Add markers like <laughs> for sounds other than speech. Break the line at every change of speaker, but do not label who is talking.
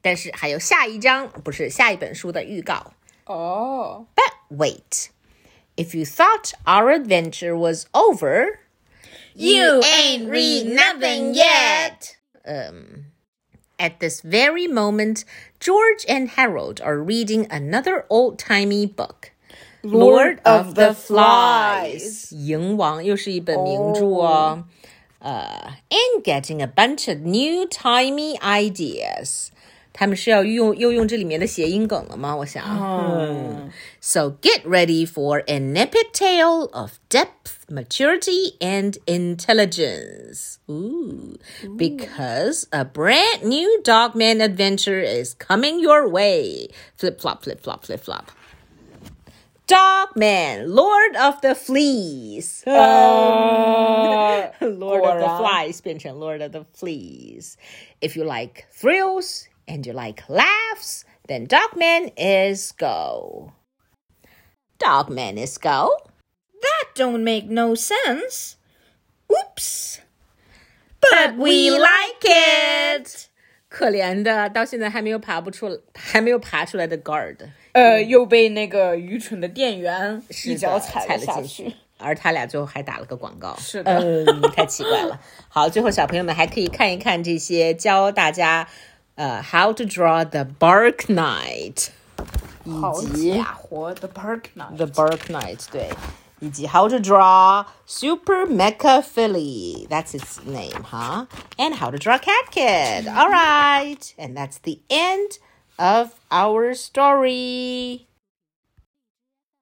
但是还有下一章，不是下一本书的预告。
哦，
But wait, if you thought our adventure was over,
You ain't read nothing yet.
Um, at this very moment, George and Harold are reading another old-timey book.
Lord of the Flies. Oh.
蝇王又是一本名著哦。呃、uh,，and getting a bunch of new timey ideas，他们是要用又用这里面的谐音梗了吗？我想。嗯。So get ready for an epic tale of depth, maturity, and intelligence. Ooh, because a brand new Dogman adventure is coming your way. Flip flop, flip flop, flip flop. Dogman, Lord of the Fleas. Ah. Um, <laughs> Lord of the
果然。
Flies 变成 Lord of the Fleas. If you like thrills and you like laughs, then Dogman is go. Dogman is go.
that don't make no sense. Oops. But we like it.
可怜的，到现在还没有爬不出，还没有爬出来的 guard
呃，又被那个愚蠢的店员
嗯
一
是的
脚
踩
踩了下
进去。而他俩最后还打了个广告，
是的
嗯，太奇怪 <laughs> 了。好，最后小朋友们还可以看一看这些教大家，呃，how to draw the bark knight，
好
以及
家伙，The Park Knight，
the bark knight，对，以及 how to draw super mecha filly，that's its name，哈、huh?，and how to draw cat kid。All right，and that's the end of our story。